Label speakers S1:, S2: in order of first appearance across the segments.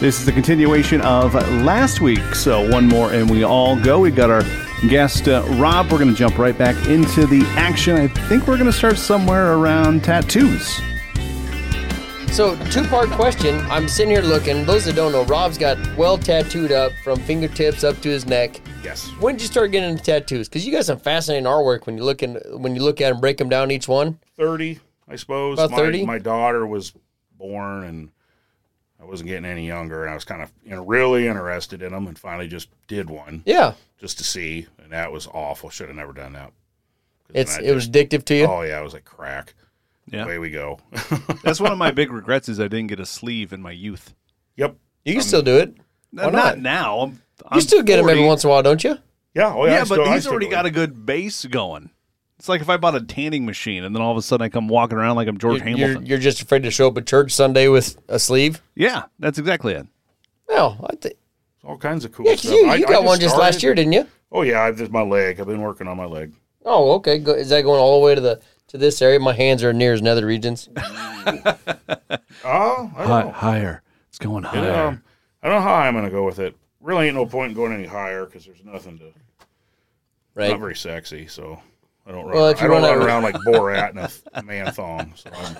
S1: This is the continuation of last week. So one more, and we all go. We got our guest uh, Rob. We're going to jump right back into the action. I think we're going to start somewhere around tattoos.
S2: So, two part question. I'm sitting here looking. Those that don't know, Rob's got well tattooed up from fingertips up to his neck.
S1: Yes.
S2: When did you start getting into tattoos? Because you got some fascinating artwork when you look in, when you look at and break them down each one.
S3: 30, I suppose.
S2: About
S3: my,
S2: 30?
S3: my daughter was born and I wasn't getting any younger. And I was kind of you know, really interested in them and finally just did one
S2: Yeah,
S3: just to see. And that was awful. Should have never done that. 'Cause then
S2: it's
S3: I
S2: it was addictive to you.
S3: just- Oh, yeah. It was like crack.
S1: Yeah.
S3: Away we go.
S1: That's one of my big regrets is I didn't get a sleeve in my youth.
S3: yep.
S2: you can still do it. Why
S1: not,
S2: not?
S1: now. I'm,
S2: You still get them every once in a while, don't you?
S3: Yeah. Oh,
S1: Yeah,
S3: yeah.
S1: but he's already got a good base going. It's like if I bought a tanning machine and then all of a sudden I come walking around like I'm George
S2: You're,
S1: Hamilton.
S2: you're, you're just afraid to show up at church Sunday with a sleeve.
S1: Yeah, that's exactly it.
S2: No, I think
S3: all kinds of cool
S2: yeah, 'cause
S3: stuff.
S2: you,
S3: I-
S2: you
S3: I
S2: got one just last
S3: started-
S2: year, didn't you?
S3: Oh, yeah. I, just my leg. I've been working on my leg.
S2: Oh, okay. Go, is that going all the way to the to this area? My hands are near as nether regions.
S3: Oh, I don't know.
S1: higher. It's going higher.
S3: Yeah. Um, I don't know how high I'm going to go with it. Really ain't no point in going any higher because there's nothing to.
S2: Right.
S3: Not very sexy, so I don't run.
S2: Well, if you
S3: I don't
S2: run
S3: run,
S2: out-
S3: around like Borat in a th- man thong. So I'm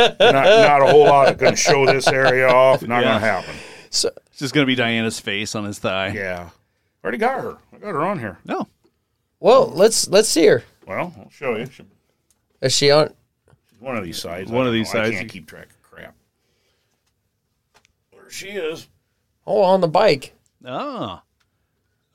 S3: not, not a whole lot going to show this area off.
S1: Yeah.
S3: Not going to happen.
S2: So,
S1: It's just gonna be Diana's face on his thigh.
S3: Yeah, already got her. I got her on here.
S1: No.
S2: well, let's let's see her.
S3: Well, I'll show you. She-
S2: Is she on?
S3: She's one of these sides. I
S1: One of
S3: don't
S1: these
S3: know.
S1: sides.
S3: I can't keep track of crap. There she is.
S2: Oh, on the bike.
S1: Ah.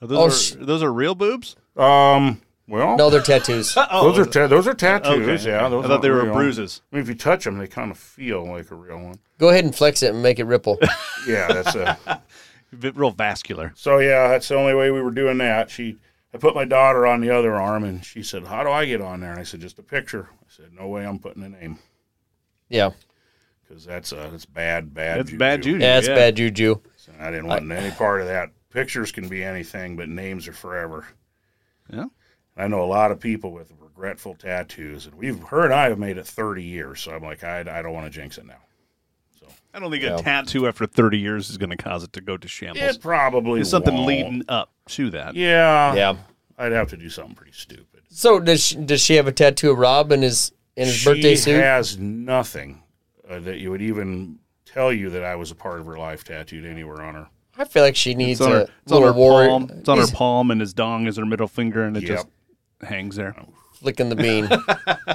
S1: Are those
S2: Oh,
S1: are,
S2: sh-
S1: those are real boobs?
S3: Um. Well,
S2: No, they're tattoos.
S1: Oh,
S3: those are ta- those are tattoos. Yeah, those
S1: I thought they
S3: aren't
S1: were
S3: real.
S1: bruises.
S3: I mean, if you touch them, they kind of feel like a real one.
S2: Go ahead and flex it and make it ripple.
S3: Yeah, that's a.
S1: V- Real vascular.
S3: So yeah, that's the only way we were doing that. She, I put my daughter on the other arm, and she said, "How do I get on there?" And I said, "Just a picture." I said, "No way, I'm putting a name
S2: Yeah.
S3: because that's uh, that's bad, bad.
S1: That's bad juju.
S2: Yeah, that's bad juju.
S3: So I didn't want any part of that. Pictures can be anything, but names are forever.
S1: Yeah.
S3: I know a lot of people with regretful tattoos, and we've her and I have made it 30 years. So I'm like, I, I don't want to jinx it now.
S1: I don't think
S2: Yeah.
S1: a tattoo after 30 years is going to cause it to go to shambles.
S3: It probably
S1: There's something
S3: won't.
S1: leading up to that.
S3: Yeah,
S2: Yeah.
S3: I'd have to do something pretty stupid.
S2: So does she, does she have a tattoo of Rob in his in his
S3: she
S2: birthday suit?
S3: has nothing uh, that you would even tell you that I was a part of her life tattooed anywhere on her.
S2: I feel like she needs
S1: It's on,
S2: a
S1: her, it's on
S2: little
S1: her
S2: warrior.
S1: palm. It's on her
S2: He's
S1: palm, and his dong is her middle finger, and it
S3: Yep.
S1: just hangs there.
S2: flicking the bean.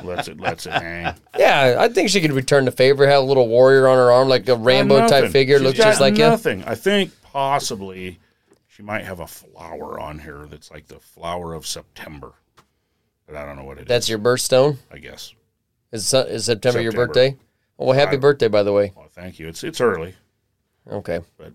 S3: Let's it lets it hang.
S2: yeah, I think she could return the favor. Have a little warrior on her arm, like a Rambo
S3: Got
S2: type
S3: nothing.
S2: figure,
S3: She's
S2: looks
S3: got
S2: just like him.
S3: nothing. I think possibly she might have a flower on here that's like the flower of September, but I don't know what it is.
S2: That's your birthstone.
S3: I guess.
S2: Is, Su- is September, your
S3: September.
S2: birthday? Oh, well, happy birthday, by the way.
S3: Well, thank you. It's it's early,
S2: Okay.
S3: but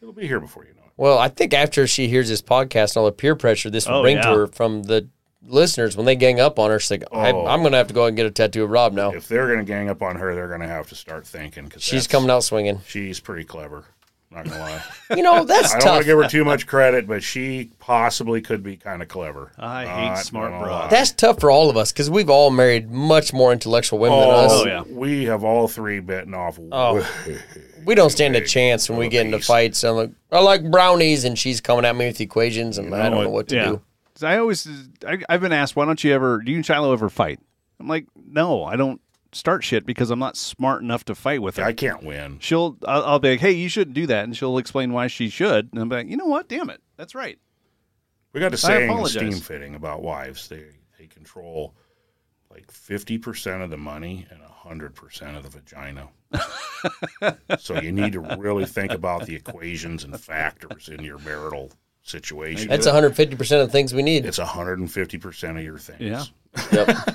S3: it'll be here before you know it.
S2: Well, I think after she hears this podcast and all the peer pressure this will
S1: Oh,
S2: bring
S1: yeah.
S2: to her from the listeners when they gang up on her, she's like, I,
S3: Oh.
S2: I'm going to have to go out and get a tattoo of Rob now.
S3: If they're gonna gang up on her, they're gonna have to start thinking because
S2: She's coming out swinging.
S3: She's pretty clever. Not gonna lie.
S2: You know, that's
S3: I don't want
S2: tough.
S3: to give her too much credit, but she possibly could be kind of clever. Uh,
S1: I hate
S3: Not
S1: smart
S3: gonna
S1: broads.
S3: lie.
S2: That's tough for all of us because we've all married much more intellectual women
S3: Oh,
S1: Oh,
S2: than us.
S1: yeah. Oh,
S3: we have all three bitten off.
S2: We don't stand a chance when we get into
S3: Piece.
S2: fights. I'm like, I like brownies, and she's coming at me with equations, and I don't know what to
S1: yeah.
S2: do.
S1: 'Cause I always, I, I've been asked, why don't you ever, do you and Shiloh ever fight? I'm like, no, I don't start shit because I'm not smart enough to fight with her.
S3: I can't win.
S1: she'll, I'll, I'll be like, hey, you shouldn't do that, and she'll explain why she should, and I'm like, you know what? Damn it, that's right.
S3: We got a saying in
S1: apologize.
S3: steam fitting about wives. They they control like fifty percent of the money and hundred percent of the vagina. so you need to really think about the equations and factors in your marital situation.
S2: That's 150 percent of the things we need.
S3: it's hundred and fifty percent of your things.
S1: Yeah.
S2: Yep.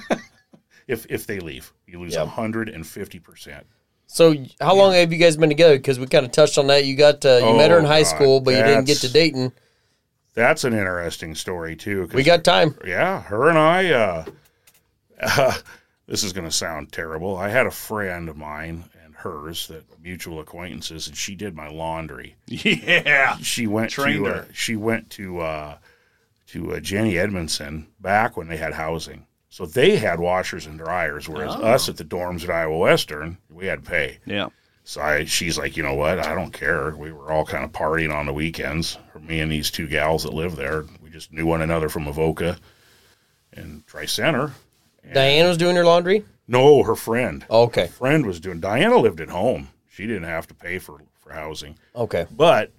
S3: If if they leave, you lose
S2: Yep.
S3: hundred and fifty percent.
S2: So, how long have you guys been together? Because we kind of touched on that. You got uh, you met her in
S3: Oh,
S2: high
S3: God,
S2: school, but you didn't get
S3: that's-
S2: to dating.
S3: That's an interesting story too. 'cause-
S2: We got time.
S3: yeah, her and I. Uh, this is going to sound terrible. I had a friend of mine and hers that mutual acquaintances, and she did my laundry.
S1: Yeah.
S3: She went
S1: Trained
S3: to
S1: her.
S3: Uh, she went to uh, to uh, Jenny Edmondson back when they had housing. So they had washers and dryers, whereas us at the dorms at Iowa Western, we had pay.
S1: Yeah.
S3: So I, she's like, you know what? I don't care. We were all kind of partying on the weekends. Me and these two gals that live there, we just knew one another from Avoca and Tri Center.
S2: Diane was doing her laundry.
S3: No, her friend.
S2: Okay.
S3: Friend was doing. Diana lived at home. She didn't have to pay for for housing,
S2: Okay.
S3: but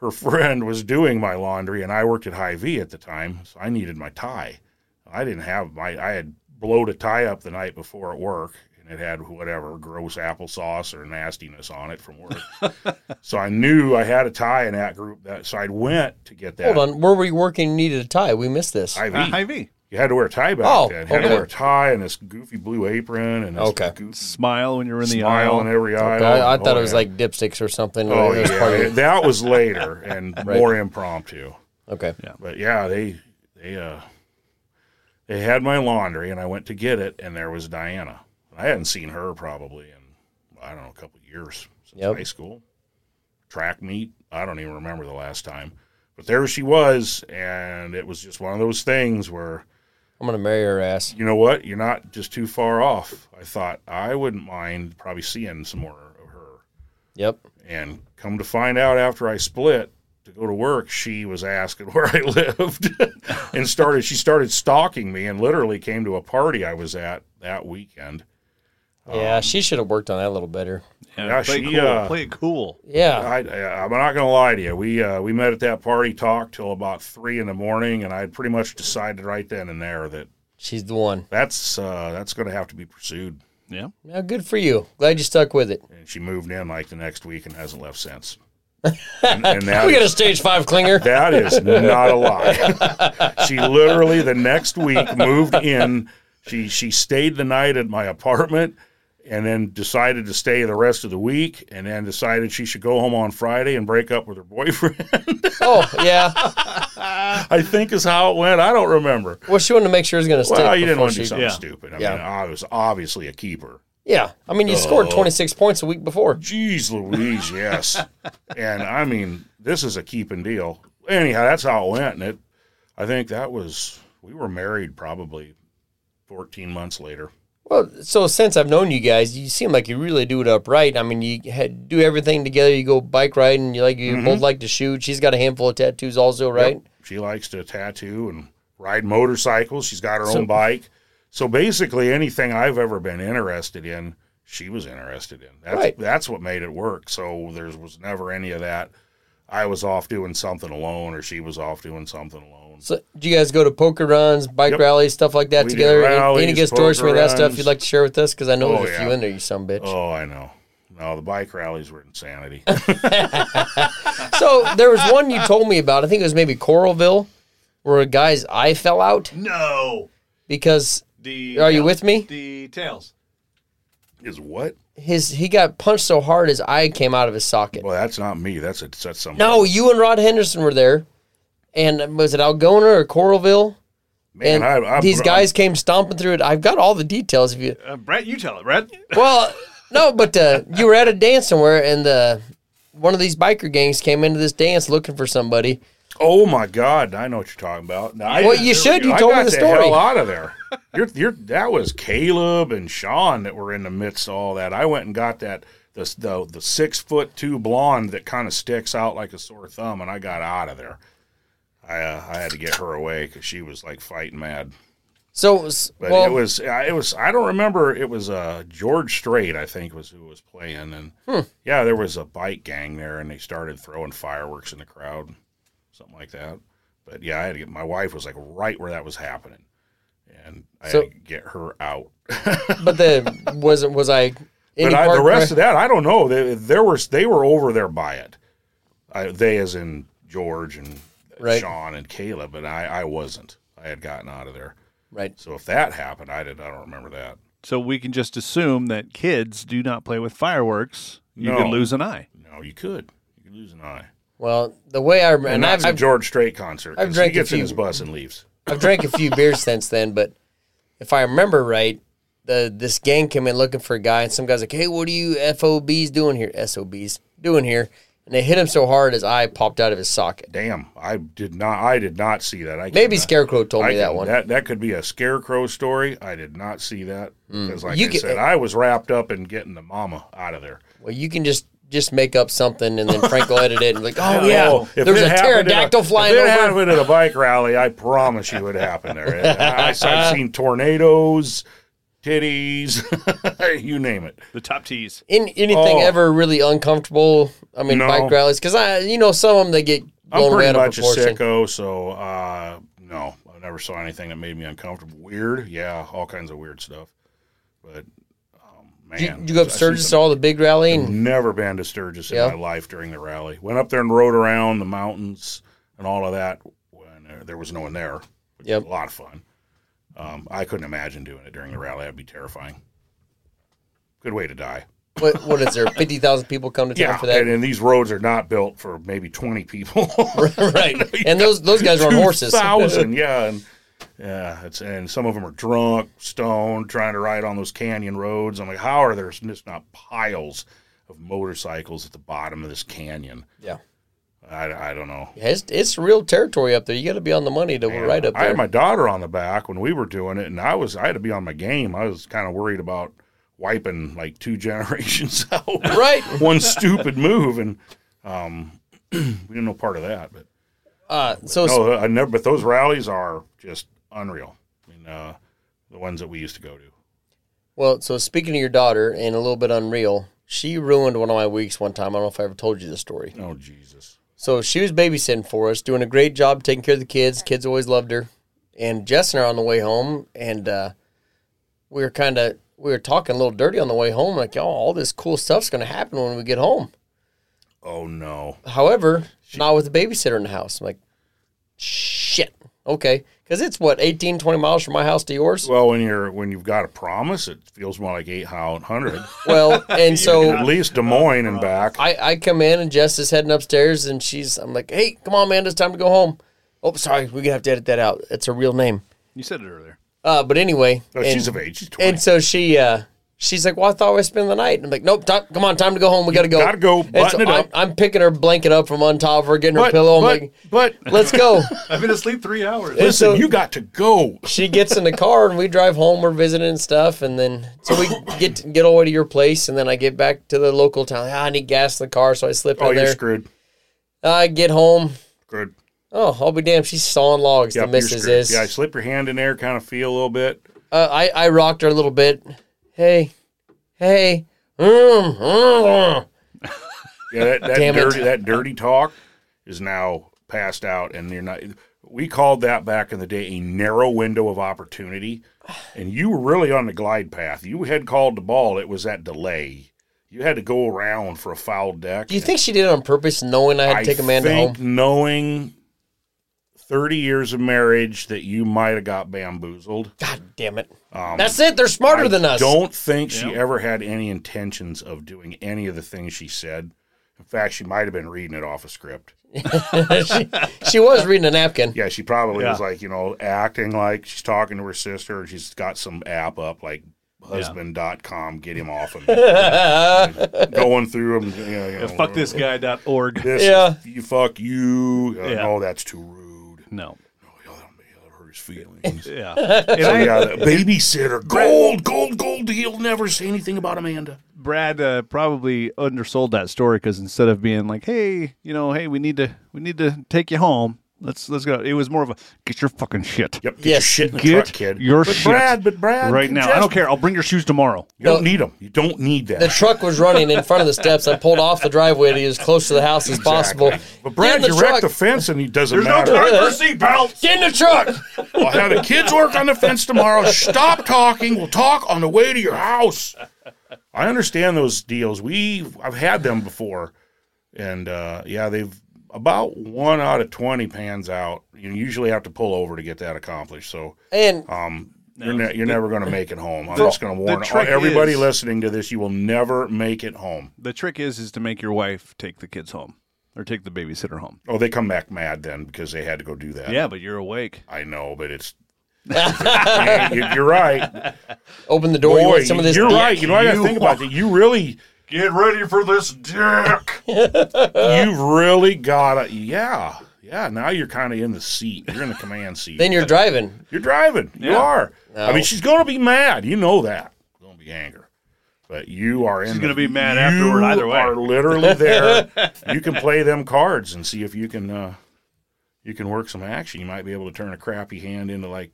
S3: her friend was doing my laundry, and I worked at High V at the time, so I needed my tie. I didn't have my. I had blowed a tie up the night before at work, and it had whatever gross applesauce or nastiness on it from work. so I knew I had a tie in that group. That so I went to get that.
S2: Hold on. Where were you working? You needed a tie. We missed this.
S3: Hy-Vee.
S4: Uh, Hy-Vee.
S3: You had to wear a tie back
S2: Oh,
S3: then. You had
S2: okay.
S3: to wear a tie and this goofy blue apron and this
S2: Okay.
S3: goofy
S4: Smile when you're in the
S3: smile
S4: aisle.
S3: in every eye.
S2: Oh, I, I thought it was
S3: Oh, yeah.
S2: like dipsticks or something.
S3: oh
S2: It was
S3: yeah,
S2: part of-
S3: that was later and more impromptu.
S2: Okay.
S3: But yeah, they they uh they had my laundry and I went to get it and there was Diana. I hadn't seen her probably in I don't know a couple of years since
S2: Yep.
S3: high school, track meet. I don't even remember the last time, but there she was, and it was just one of those things where
S2: I'm gonna marry her ass.
S3: you know what? You're not just too far off. I thought I wouldn't mind probably seeing some more of her.
S2: Yep.
S3: And come to find out after I split to go to work, she was asking where I lived and started, she started stalking me and literally came to a party I was at that weekend. Oh.
S2: yeah. She should have worked on that a little better.
S4: Yeah,
S3: Yeah,
S4: play,
S3: she,
S4: cool,
S3: uh,
S4: play it cool.
S2: Yeah.
S3: I, I, I'm not going to lie to you. We, uh, we met at that party, talked till about three in the morning, and I had pretty much decided right then and there that
S2: She's the one.
S3: that's, uh, that's going to have to be pursued.
S4: Yeah.
S2: Now, good for you. Glad you stuck with it.
S3: And she moved in like the next week and hasn't left since. And, and that
S2: We got a
S3: is-
S2: stage five clinger.
S3: That is not a lie. she literally the next week moved in. She she stayed the night at my apartment and then decided to stay the rest of the week and then decided she should go home on Friday and break up with her boyfriend.
S2: Oh yeah.
S3: I think is how it went. I don't remember.
S2: Well, she wanted to make sure it's gonna stick.
S3: Well, you didn't
S2: before
S3: want to do
S2: she-
S3: something
S4: Yeah.
S3: stupid. I
S2: Yeah.
S3: mean, I was obviously a keeper.
S2: Yeah. I mean, you
S3: Oh.
S2: scored 26 points a week before.
S3: Jeez Louise, yes. and I mean, this is a keeping deal. Anyhow, that's how it went. And it, I think that was, we were married probably 14 months later.
S2: Well, so since I've known you guys, you seem like you really do it upright. I mean, you had, do everything together. You go bike riding. You like you
S3: Mm-hmm.
S2: both like to shoot. She's got a handful of tattoos, also, right?
S3: She likes to tattoo and ride motorcycles. She's got her own bike. So basically, anything I've ever been interested in, she was interested in. That's,
S2: Right.
S3: that's what made it work. So there was never any of that. I was off doing something alone, or she was off doing something alone.
S2: So, do you guys go to poker runs, bike
S3: Yep.
S2: rallies, stuff like that
S3: We do
S2: together? Any-
S3: rallies,
S2: Any good stories from
S3: poker
S2: any of that stuff
S3: runs.
S2: you'd like to share with us? Because I know
S3: Oh,
S2: there's a few
S3: yeah.
S2: in there, you some bitch.
S3: Oh, I know. No, the bike rallies were insanity.
S2: So there was one you told me about. I think it was maybe Coralville, where a guy's eye fell out
S4: No.
S2: because
S4: The
S2: Are you with me?
S4: Details.
S3: is what?
S2: his he got punched so hard his eye came out of his socket.
S3: Well, that's not me. That's a, that's something.
S2: No, you and Rod Henderson were there, and was it Algona or Coralville?
S3: man,
S2: and
S3: I, I,
S2: these
S3: I-
S2: guys came stomping through it. I've got all the details. If you
S4: Uh, Brett, you tell it, Brett.
S2: well, no, but uh, you were at a dance somewhere, and the one of these biker gangs came into this dance looking for somebody.
S3: oh my god, I know what you're talking about. No, I-
S2: Well, you
S3: there
S2: should.
S3: we go.
S2: You told
S3: I
S2: me
S3: got
S2: the story.
S3: Hell out of there. You're, you're, that was Caleb and Sean that were in the midst of all that. I went and got that the the, the six foot two blonde that kind of sticks out like a sore thumb, and I got out of there. I uh, I had to get her away because she was like fighting mad.
S2: So it was,
S3: But
S2: well,
S3: it was uh, it was I don't remember it was uh, George Strait I think was who was playing and
S2: Hmm.
S3: yeah there was a bike gang there and they started throwing fireworks in the crowd something like that but yeah I had to get my wife was like right where that was happening and I
S2: So-
S3: had to get her out
S2: but the was it was I? Any
S3: but I, the
S2: part-
S3: rest of that I don't know they, there was they were over there by it I, they as in George and
S2: Right.
S3: Sean and Caleb and I I wasn't I had gotten out of there
S2: right?
S3: so if that happened I did I don't remember that.
S4: So we can just assume that kids do not play with fireworks. You
S3: No.
S4: could lose an eye.
S3: No, you could. You could lose an eye.
S2: Well, the way I remember,
S3: And
S2: and
S3: not
S2: I've,
S3: some
S2: I've
S3: George Strait concert. 'cause
S2: I've drank
S3: he
S2: a
S3: gets
S2: few-
S3: in his bus and leaves.
S2: I've drank a few beers since then, but if I remember right, the this gang came in looking for a guy, and some guy's like, "Hey, what are you FOBs doing here? SOBs doing here?" and it hit him so hard his eye popped out of his socket.
S3: Damn, I did not. I did not see that. I
S2: Maybe
S3: cannot-
S2: Scarecrow told
S3: I
S2: me that
S3: can-
S2: one.
S3: That that could be a scarecrow story. I did not see that because, like
S2: Hmm. You
S3: I
S2: can-
S3: said, I was wrapped up in getting the mama out of there.
S2: well, you can just just make up something and then Frank will edit it and be like, oh yeah,
S3: Oh, if
S2: there was a
S3: it happened at
S2: pterodactyl flying
S3: if it
S2: over.
S3: happened at a bike rally, I promise you it happened there. I, have seen tornadoes, titties, you name it.
S1: The top tees.
S2: In, anything
S3: Oh.
S2: ever really uncomfortable? I mean,
S3: No.
S2: bike rallies because I, you know, some of them they get
S3: I'm
S2: blown way
S3: pretty
S2: out of
S3: much a
S2: proportion.
S3: sicko, so uh, no, I never saw anything that made me uncomfortable. Weird, yeah, all kinds of weird stuff. But um, man,
S2: Did you, did you go up
S3: I
S2: to
S3: see
S2: Sturgis
S3: some-
S2: to all the big rally and
S3: Never been to Sturgis in
S2: Yeah.
S3: my life during the rally. Went up there and rode around the mountains and all of that when uh, there was no one there. Which
S2: Yep.
S3: was a lot of fun. Um, I couldn't imagine doing it during the rally. That'd be terrifying. Good way to die.
S2: what, what is there? Fifty thousand people come to town
S3: Yeah,
S2: for that,
S3: and, and these roads are not built for maybe twenty people.
S2: right? And those those guys are on horses.
S3: Thousand, yeah, and yeah, it's and some of them are drunk, stoned, trying to ride on those canyon roads. I'm like, how are there just not piles of motorcycles at the bottom of this canyon?
S2: yeah,
S3: I, I don't know.
S2: it's, it's real territory up there. You got to be on the money to ride up
S3: I
S2: there.
S3: had my daughter on the back when we were doing it, and I was I had to be on my game. I was kind of worried about wiping like two generations out
S2: right?
S3: one stupid move, and um, we didn't know part of that. But
S2: Uh, so
S3: no, Oh, I never. But those rallies are just unreal. I mean, uh, the ones that we used to go to.
S2: Well, so speaking of your daughter and a little bit unreal, she ruined one of my weeks one time. I don't know if I ever told you this story.
S3: Oh Jesus!
S2: So she was babysitting for us, doing a great job taking care of the kids. Kids always loved her. And Jess and I are on the way home, and uh, we were kind of we were talking a little dirty on the way home, like, "Oh, all this cool stuff's gonna happen when we get home."
S3: Oh no!
S2: However, not with a babysitter in the house. I'm like, "Shit, okay," because it's what 18, 20 miles from my house to yours.
S3: Well, when you're when you've got a promise, it feels more like eight hundred.
S2: Well, and so
S3: At least Des Moines and back.
S2: I, I come in and Jess is heading upstairs and she's I'm like, hey, come on, man, it's time to go home. Oh, sorry, we're gonna have to edit that out. It's a real name.
S1: You said it earlier.
S2: Uh, but anyway,
S3: Oh,
S2: and,
S3: she's of age. She's twenty.
S2: and so she uh, she's like, well, I thought we spend the night. And I'm like, nope, time, come on, time to go home. We gotta go.
S3: gotta go,
S2: And
S3: button it
S2: I'm,
S3: up.
S2: I'm picking her blanket up from on top of her, getting her pillow. I'm like,
S3: but, but
S2: let's go.
S1: I've been asleep three hours.
S2: And
S3: listen,
S2: so-
S3: you got to go.
S2: she gets in the car and we drive home. We're visiting and stuff, and then so we get get all the way to your place, and then I get back to the local town. Ah, I need gas in the car, so I slip
S3: Oh,
S2: in
S3: you're
S2: there.
S3: screwed.
S2: I get home.
S3: Good.
S2: Oh, I'll be damned. She's sawing logs.
S3: Yep,
S2: the
S3: you're
S2: missus
S3: screwed.
S2: is.
S3: Yeah, slip your hand in there, kind of feel a little bit.
S2: uh, I, I rocked her a little bit. Hey, hey. Mm, mm.
S3: Yeah, that, that
S2: Damn it.
S3: dirty that dirty talk is now passed out, and you're not. We called that back in the day a narrow window of opportunity, and you were really on the glide path. You had called the ball; it was that delay. You had to go around for a foul deck.
S2: Do you think she did it on purpose, knowing I had to take Amanda
S3: think
S2: home?
S3: knowing thirty years of marriage that you might have got bamboozled.
S2: God damn it.
S3: Um,
S2: That's it. They're smarter than us.
S3: Don't think she
S1: Yeah.
S3: ever had any intentions of doing any of the things she said. In fact, she might have been reading it off a script.
S2: she, she was reading a napkin.
S3: Yeah, she probably
S1: Yeah.
S3: was like, you know, acting like she's talking to her sister and she's got some app up like husband.com, get him off of me. And going through them. You know, you know,
S1: Fuck this guy.org.
S3: This
S2: Yeah.
S3: is- you fuck you. Uh,
S1: Yeah.
S3: Oh, that's too rude.
S1: No.
S3: Oh, yeah, that that hurt his feelings.
S1: Yeah. And I-
S3: yeah, the babysitter. Gold, gold, gold deal. Never say anything about Amanda.
S4: Brad uh, probably undersold that story because instead of being like, "Hey, you know, hey, we need to, we need to take you home. Let's let's go," it was more of a "Get your fucking shit."
S3: Yep. Get your
S2: Yes.
S3: shit in the
S4: Get
S3: truck, kid.
S4: your
S3: but
S4: shit
S3: Brad, but Brad,
S4: right now. I
S3: just-
S4: don't care. I'll bring your shoes tomorrow.
S3: You don't need them. You don't need that.
S2: The truck was running in front of the steps. I pulled off the driveway to be as close to the house as possible.
S3: But
S2: Get in
S3: Brad,
S2: the
S3: you wrecked the
S2: truck.
S3: fence, and he doesn't
S1: There's no
S3: matter.
S1: time for seatbelts.
S2: Get in the truck.
S3: I'll have the kids work on the fence tomorrow. Stop talking. We'll talk on the way to your house. I understand those deals. We I've had them before, and uh, yeah, they've about one out of twenty pans out. You usually have to pull over to get that accomplished. So
S2: And
S3: um, you're ne- you're never going to make it home. I'm
S1: the-
S3: just going to
S1: the
S3: warn
S1: trick
S3: everybody
S1: is-
S3: listening to this: you will never make it home.
S1: The trick is is to make your wife take the kids home or take the babysitter home.
S3: Oh, they come back mad then because they had to go do that.
S1: Yeah, but you're awake.
S3: I know, but it's. you're right.
S2: open the door. you
S3: Boy,
S2: want some of this?
S3: you're
S2: dick?
S3: right. You know, I got to think about that. You really, Get ready for this dick.
S2: Uh,
S3: You've really got to, yeah. Yeah, now you're kind of in the seat. You're in the command seat.
S2: Then you're driving.
S3: You're driving. You
S1: Yeah.
S3: are. I
S2: No.
S3: mean, she's going to be mad. You know that. Going to be anger. But you are in.
S1: She's
S3: the-
S1: gonna be mad
S3: you
S1: afterward either way.
S3: Are literally there. you can play them cards and see if you can. uh You can work some action. You might be able to turn a crappy hand into like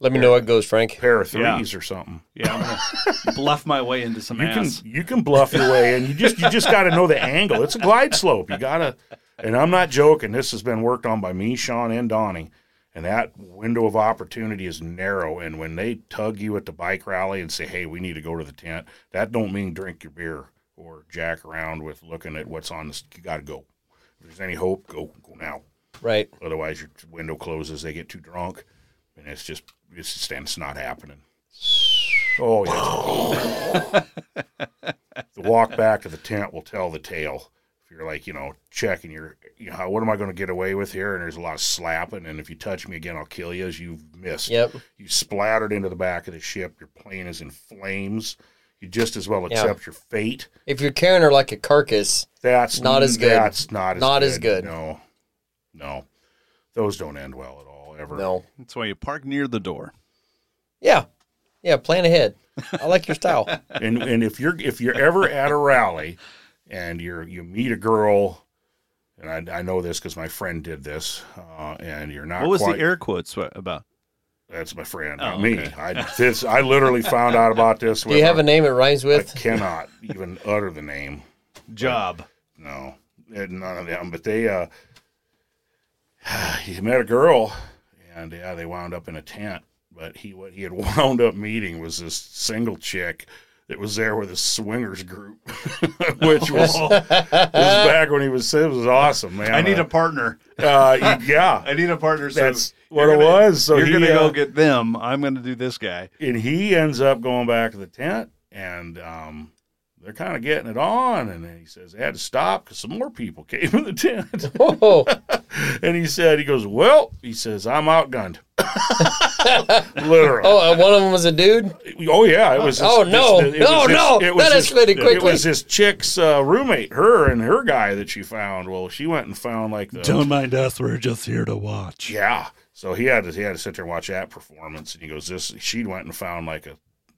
S2: Let me know what goes, Frank.
S3: pair of
S1: Yeah.
S3: threes or something.
S1: Yeah, I'm gonna bluff my way into some
S3: You
S1: ass.
S3: can you can bluff your way, and you just you just got to know the angle. It's a glide slope. You gotta, and I'm not joking. This has been worked on by me, Sean, and Donnie, and that window of opportunity is narrow. And when they tug you at the bike rally and say, "Hey, we need to go to the tent," that don't mean drink your beer or jack around with looking at what's on this. You got to go. If there's any hope, go go now.
S2: Right.
S3: Otherwise, your window closes. They get too drunk, and it's just it's just and it's not happening. Oh yeah. the walk back to the tent will tell the tale. If you're like you know checking your, you know, how- what am I going to get away with here? And there's a lot of slapping, and if you touch me again, I'll kill you. As you've missed.
S2: Yep.
S3: You splattered into the back of the ship. Your plane is in flames. You just as well accept your fate.
S2: If you're carrying her like a carcass,
S3: That's
S2: Not as good.
S3: That's not as
S2: Not
S3: good.
S2: as good.
S3: No, no, those don't end well at all. Ever.
S2: no.
S1: That's why you park near the door.
S2: Yeah. Yeah. Plan ahead. I like your style.
S3: And and if you're if you're ever at a rally, and you're you meet a girl, and I, I know this because my friend did this, uh, and you're not.
S1: What was
S3: quite,
S1: the air quotes wa- about?
S3: That's my friend,
S1: Oh,
S3: not me.
S1: okay.
S3: I this I literally found out about this.
S2: Do you have a name it rhymes
S3: I
S2: with?
S3: cannot even utter the name.
S1: Job.
S3: No, eh, none of them. But they, uh, he met a girl, and yeah, they wound up in a tent. But he, what he had wound up meeting was this single chick that was there with a swingers group, which was, was back when he was. It was awesome, man.
S1: I need a partner.
S3: uh, yeah.
S1: I need a partner. So
S3: That's
S1: you're
S3: what it
S1: gonna-
S3: was. So
S1: you're
S3: he,
S1: gonna
S3: uh,
S1: go get them. I'm gonna do this guy.
S3: and he ends up going back to the tent and um, they're kind of getting it on and then he says they had to stop because some more people came in the tent
S2: Oh,
S3: and he said he goes well he says i'm outgunned literally
S2: oh, and one of them was a dude.
S3: Oh yeah, it was. This,
S2: Oh, no.
S3: this- it
S2: No,
S3: was this-
S2: no.
S3: it was
S2: That
S3: this-
S2: escalated
S3: It
S2: quickly.
S3: was this chick's uh, roommate, her and her guy that she found. Well, she went and found like the
S1: mind us. We're just here to watch.
S3: yeah. So he had to he had to sit there and watch that performance, and he goes, "This." She went and found like a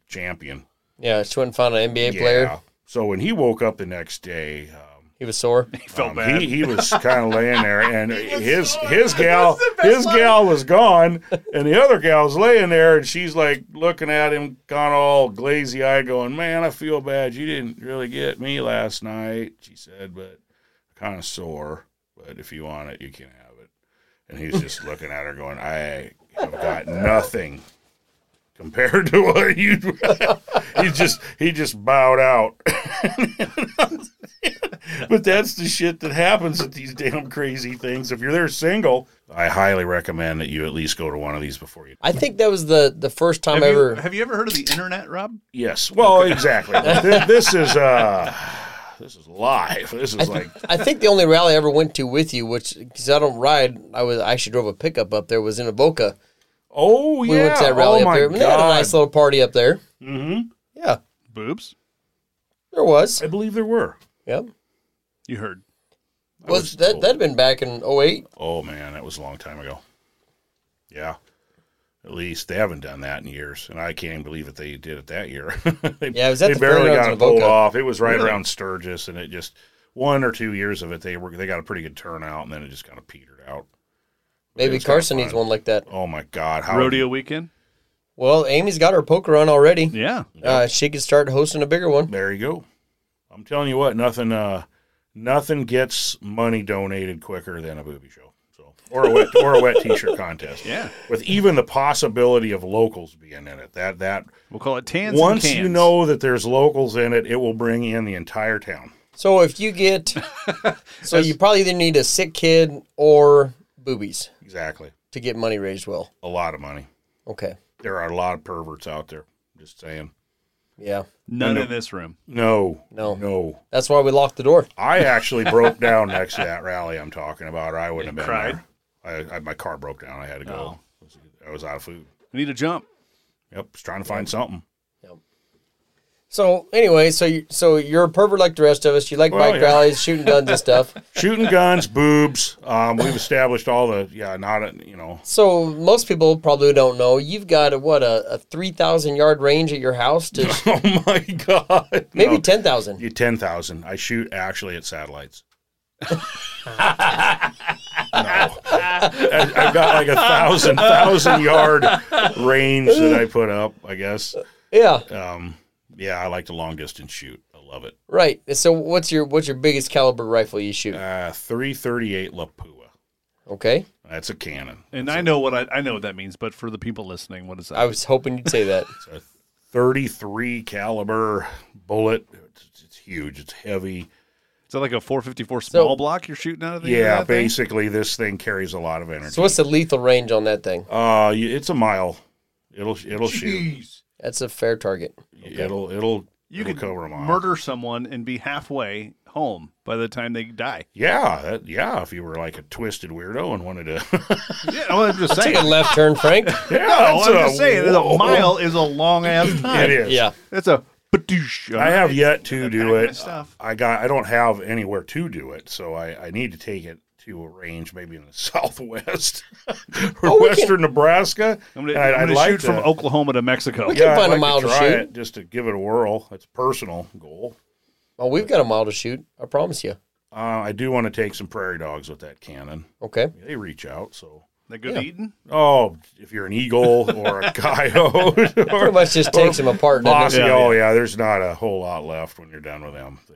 S3: champion
S2: Yeah, she went and found an NBA player.
S3: So when he woke up the next day, um,
S2: He was sore.
S1: He felt
S3: um,
S1: bad.
S3: he he was kind of laying there, and his
S1: so-
S3: his gal
S1: That's the best
S3: his
S1: line.
S3: gal was gone, and the other gal's laying there, and she's like looking at him, kind of all glazy eyed, going, "Man, I feel bad. You didn't really get me last night," she said, "but kind of sore. But if you want it, you can have it." And he's just looking at her, going, "I have got nothing." Compared to what you, he just he just bowed out. But that's the shit that happens at these damn crazy things. If you're there single, I highly recommend that you at least go to one of these before you.
S2: I think that was the the first time
S1: have, you,
S2: ever.
S1: have you ever heard of the internet, Rob?
S3: Yes. Well, exactly. Th- this is uh, this is live. This is like
S2: I think the only rally I ever went to with you, which because I don't ride, I was I actually drove a pickup up there. Was in Avoca.
S3: oh
S2: We
S3: yeah.
S2: went to that
S3: oh
S2: rally up
S3: my
S2: there. And They had a
S3: God.
S2: nice little party up there.
S3: Mhm.
S2: Yeah,
S1: Boobs.
S2: there was.
S3: I believe there were.
S2: Yep.
S1: You heard.
S3: I
S2: Was,
S3: was
S2: that
S3: told.
S2: that'd been back in 08.
S3: Oh man, that was a long time ago. Yeah. At least they haven't done that in years, and I can't even believe that they did it that year. they,
S2: Yeah, it was at
S3: they
S2: the
S3: barely
S2: fairgrounds
S3: got
S2: in
S3: it pulled
S2: Boca.
S3: off. It was right
S1: Really?
S3: around Sturgis, and it just one or two years of it, they were they got a pretty good turnout, and then it just kind of petered out.
S2: Maybe
S3: was kinda
S2: Carson needs
S3: fun.
S2: one like that.
S3: Oh my God, how
S1: Rodeo weekend.
S2: Well, Amy's got her poker on already.
S1: Yeah.
S2: Uh, she could start hosting a bigger one.
S3: There you go. I'm telling you what, nothing, uh, nothing gets money donated quicker than a booby show. So, or a wet, or a wet t-shirt contest.
S1: Yeah.
S3: with even the possibility of locals being in it. That that
S1: We'll call it tans. and
S3: once you
S1: cans.
S3: know that there's locals in it, it will bring in the entire town.
S2: So if you get, so you probably either need a sick kid or boobies
S3: Exactly,
S2: to get money raised well.
S3: a lot of money.
S2: Okay.
S3: There are a lot of perverts out there. Just saying.
S2: Yeah.
S1: none in this room.
S3: No,
S2: No.
S3: no.
S2: That's why we locked the door.
S3: I actually broke down next to that rally I'm talking about, or I wouldn't
S1: You
S3: have been
S1: cried?
S3: there. I, I, my car broke down. I had to go. I was out of food.
S1: I need a jump.
S3: Yep, just trying to find something.
S2: Yep. So anyway, so you, so you're a pervert like the rest of us. You like
S3: Well,
S2: bike
S3: yeah.
S2: rallies, shooting guns and stuff.
S3: Shooting guns, boobs. Um, we've established all the yeah, not a, you know
S2: So most people probably don't know you've got a, what a, a three thousand yard range at your house to
S3: Oh my god.
S2: maybe
S3: No.
S2: ten thousand.
S3: You ten thousand. I shoot actually at satellites. no, I, I've got like a thousand thousand yard range that I put up. I guess.
S2: Yeah,
S3: Um, yeah, I like to long distance shoot. I love it.
S2: right. So what's your what's your biggest caliber rifle you shoot?
S3: Uh, Three thirty eight Lapua.
S2: Okay,
S3: That's a cannon.
S1: And I know what I, I know what that means, but for the people listening, what is that?
S2: I was hoping you'd say that.
S3: It's a thirty three caliber bullet. It's, it's huge. It's heavy.
S1: Is that like a 454
S2: So-
S1: small block you're shooting out of the out
S3: Yeah,
S1: of that thing?
S3: basically this thing carries a lot of energy.
S2: So what's the lethal range on that thing?
S3: uh, you- it's a mile. It'll it'll shoot.
S2: That's a fair target.
S3: It'll it'll
S1: You
S3: it'll
S1: could
S3: cover 'em off.
S1: murder someone and be halfway home by the time they die.
S3: Yeah, that, yeah. If you were like a twisted weirdo and wanted to,
S1: Yeah, well, I'm just saying.
S2: Take a left turn, Frank.
S1: No,
S3: yeah, that's
S1: I'm just saying. that
S3: whoa.
S1: A mile is a long ass time.
S3: It is.
S2: Yeah.
S1: That's a badoosh.
S3: I have yet to do
S1: kind of
S3: it.
S1: stuff.
S3: I got. I don't have anywhere to do it, so I, I need to take it to a range, maybe in the southwest or
S2: Oh, we can-
S3: western Nebraska.
S1: I'm gonna,
S3: And I'd-
S1: I'm gonna
S3: I'd like
S1: shoot from
S3: to-
S1: Oklahoma to Mexico.
S2: We can
S3: I'd
S2: find a
S3: like to
S2: mile to
S3: try
S2: shoot.
S3: it just to give it a whirl. It's a personal goal.
S2: Oh, we've got a mile to shoot. I promise you.
S3: Uh, I do want to take some prairie dogs with that cannon.
S2: Okay.
S3: They reach out, so
S1: They good
S2: Yeah.
S1: eating.
S3: Oh, if you're an eagle or a coyote or
S2: Pretty much just takes them apart.
S3: bossy,
S2: Doesn't it?
S1: Yeah,
S3: oh yeah, there's not a whole lot left when you're done with them. They